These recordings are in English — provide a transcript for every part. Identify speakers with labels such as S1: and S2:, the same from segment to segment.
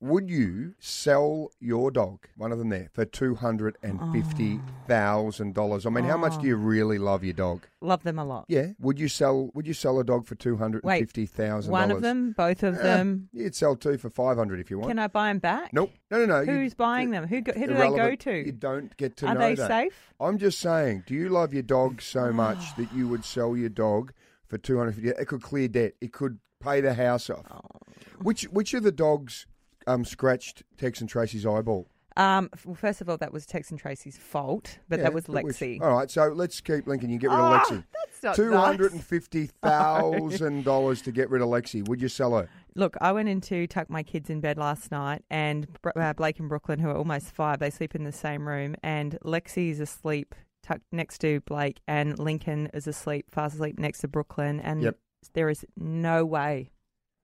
S1: Would you sell your dog, one of them there, for two hundred and fifty thousand dollars? I mean, how much do
S2: Oh.
S1: you really love your dog?
S2: Love them a lot.
S1: Yeah. Would you sell? Would you sell a dog for two hundred and fifty thousand? Eh,
S2: One of them, both of them.
S1: You'd sell two for five hundred if you want.
S2: Can I buy them back?
S1: Nope. No, no, no. you-
S2: Who's buying them? Who go, who do they go
S1: irrelevant.
S2: to?
S1: You don't get to
S2: Are
S1: know
S2: they
S1: that.
S2: safe? Oh.
S1: I'm just saying, do you love your dog so much that you would sell your dog for 250? It could clear debt. It could pay the house off.
S2: Oh.
S1: Which which of the dogs um, scratched Tex and Tracy's eyeball?
S2: Um, f- well, first of all, that was Tex and Tracy's fault, but
S1: Yeah,
S2: that was
S1: but which-
S2: Lexi.
S1: all right, so let's keep linking. You get rid
S2: Ah,
S1: of Lexi.
S2: that's not
S1: Two hundred and fifty thousand dollars to get rid of Lexi. Would you sell her?
S2: Look, I went in to tuck my kids in bed last night, and Br- uh, Blake and Brooklyn, who are almost five, they sleep in the same room, and Lexi is asleep tucked next to Blake, and Lincoln is asleep, fast asleep next to Brooklyn, and
S1: Yep.
S2: there is no way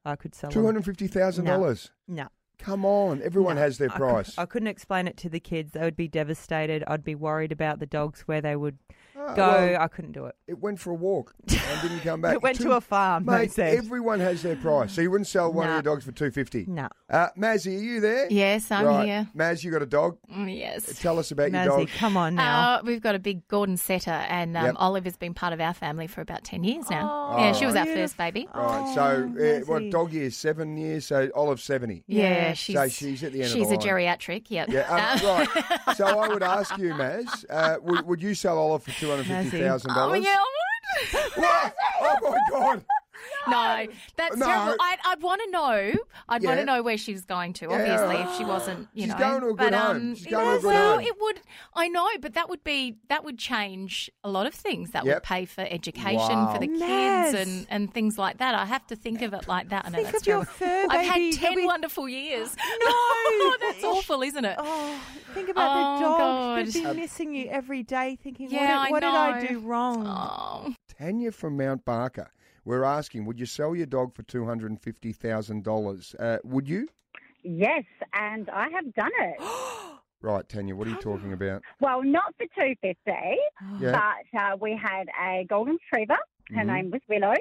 S2: I could sell
S1: Two
S2: them.
S1: hundred fifty thousand dollars.
S2: No.
S1: Come on, everyone
S2: No,
S1: has their
S2: I cou-
S1: price.
S2: I couldn't explain it to the kids. They would be devastated. I'd be worried about the dogs where they would
S1: Ah,
S2: go.
S1: well,
S2: I couldn't do it.
S1: It went for a walk and didn't come back.
S2: It went
S1: Two-
S2: to a farm, they
S1: Mate,
S2: said.
S1: everyone has their price. So you wouldn't sell one
S2: Nah.
S1: of your dogs for two fifty.
S2: No.
S1: Uh, Mazzy, are you there?
S3: Yes, I'm
S1: Right.
S3: here.
S1: Maz, you got a dog.
S3: Mm, Yes.
S1: Tell us about your
S2: Mazzy,
S1: dog.
S2: come on now.
S3: Uh, we've got a big Gordon setter, and um,
S1: Yep.
S3: Oliver's been part of our family for about 10 years now.
S2: Oh,
S3: yeah, she was our
S2: beautiful.
S3: first baby.
S1: Right,
S2: Oh,
S1: so uh, what
S2: Mazzy.
S1: dog years? Seven years. So Olive's seventy.
S3: Yeah,
S2: Yeah.
S3: she's,
S1: she's at the end of
S3: She's
S1: the
S3: a geriatric, yep.
S1: Yeah,
S3: Oh,
S1: um,
S3: Uh,
S1: right. So I would ask you, Maz, uh, would, would you sell Olive for two hundred fifty thousand
S3: Oh,
S1: dollars?
S3: yeah, I would.
S1: Oh my God!
S3: No, that's
S1: No.
S3: terrible. I'd, I'd want to know. I'd want
S1: Yeah.
S3: to know where she was going to.
S1: Yeah.
S3: Obviously, if she wasn't, you
S1: She's
S3: know.
S1: going to a good
S3: but,
S1: home.
S3: Um,
S1: She's going to a
S3: yeah,
S1: good
S3: well,
S1: home.
S3: it would. I know, but that would be that would change a lot of things. That
S1: Yep.
S3: would pay for education
S1: Wow.
S3: for the kids
S2: Yes.
S3: and and things like that. I have to think of it like that. I know
S2: Think
S3: that's
S2: of your
S3: terrible.
S2: fur
S3: I've
S2: baby.
S3: had ten
S2: That'd be-
S3: wonderful years.
S2: No.
S3: that's awful, isn't it?
S2: Oh, think about the
S3: Oh,
S2: dogs. They'd be
S3: God.
S1: Um,
S2: missing you every day, thinking,
S3: Yeah, I
S2: "What, did, what did I
S3: know.
S2: do wrong?"
S3: Oh.
S1: Tanya from Mount Barker. We're asking, would you sell your dog for two hundred and fifty thousand dollars? Uh, would you?
S4: Yes, and I have done it.
S3: Oh.
S1: Right, Tanya. What are you talking about?
S4: Well, not for two fifty,
S1: Yeah.
S4: but uh, we had a golden retriever. Her
S1: Mhm.
S4: name was Willow,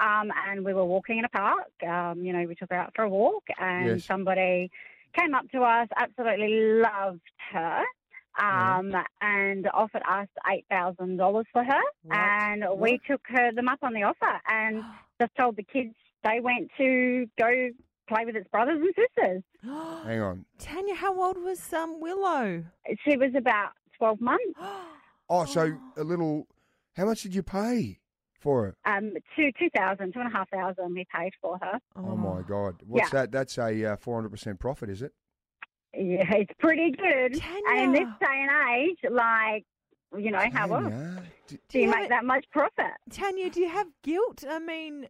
S4: um, and we were walking in a park. Um, you know, we took her out for a walk, and
S1: Yes.
S4: somebody came up to us, absolutely loved her, um, and offered us eight thousand dollars for her,
S2: What?
S4: and we took her them up on the offer, and just told the kids they went to go play with its brothers and sisters.
S1: Hang on.
S2: Tanya, how old was um, Willow?
S4: She was about twelve months.
S1: Oh, so a little. How much did you pay for it?
S4: um, two two thousand, two and a half thousand. We paid for her.
S1: Oh, my God! What's
S4: Yeah.
S1: that? That's a uh, four hundred percent profit, is it?
S4: Yeah, it's pretty good. And in this
S2: Tanya.
S4: day and age, like you know, how else
S1: Tanya, d-
S4: do you
S2: Yeah.
S4: make that much profit?
S2: Tanya, do you have guilt? I mean,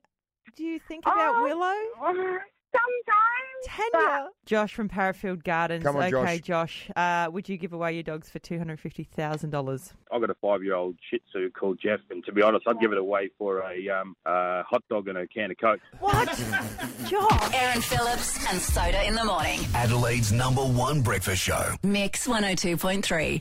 S2: do you think about
S4: Oh,
S2: Willow?
S4: Sometimes,
S2: Tanya. Josh from Parafield Gardens.
S1: Come on,
S2: okay, Josh. Uh, would you give away your dogs for two hundred fifty thousand dollars?
S5: I've got a five-year-old Shih Tzu called Jeff, and to be honest, I'd give it away for a um, uh, hot dog and a can of Coke.
S2: What, Josh?
S6: Aaron Phillips and Soda in the morning. oh
S7: Adelaide's number one breakfast show.
S6: Mix 102.3.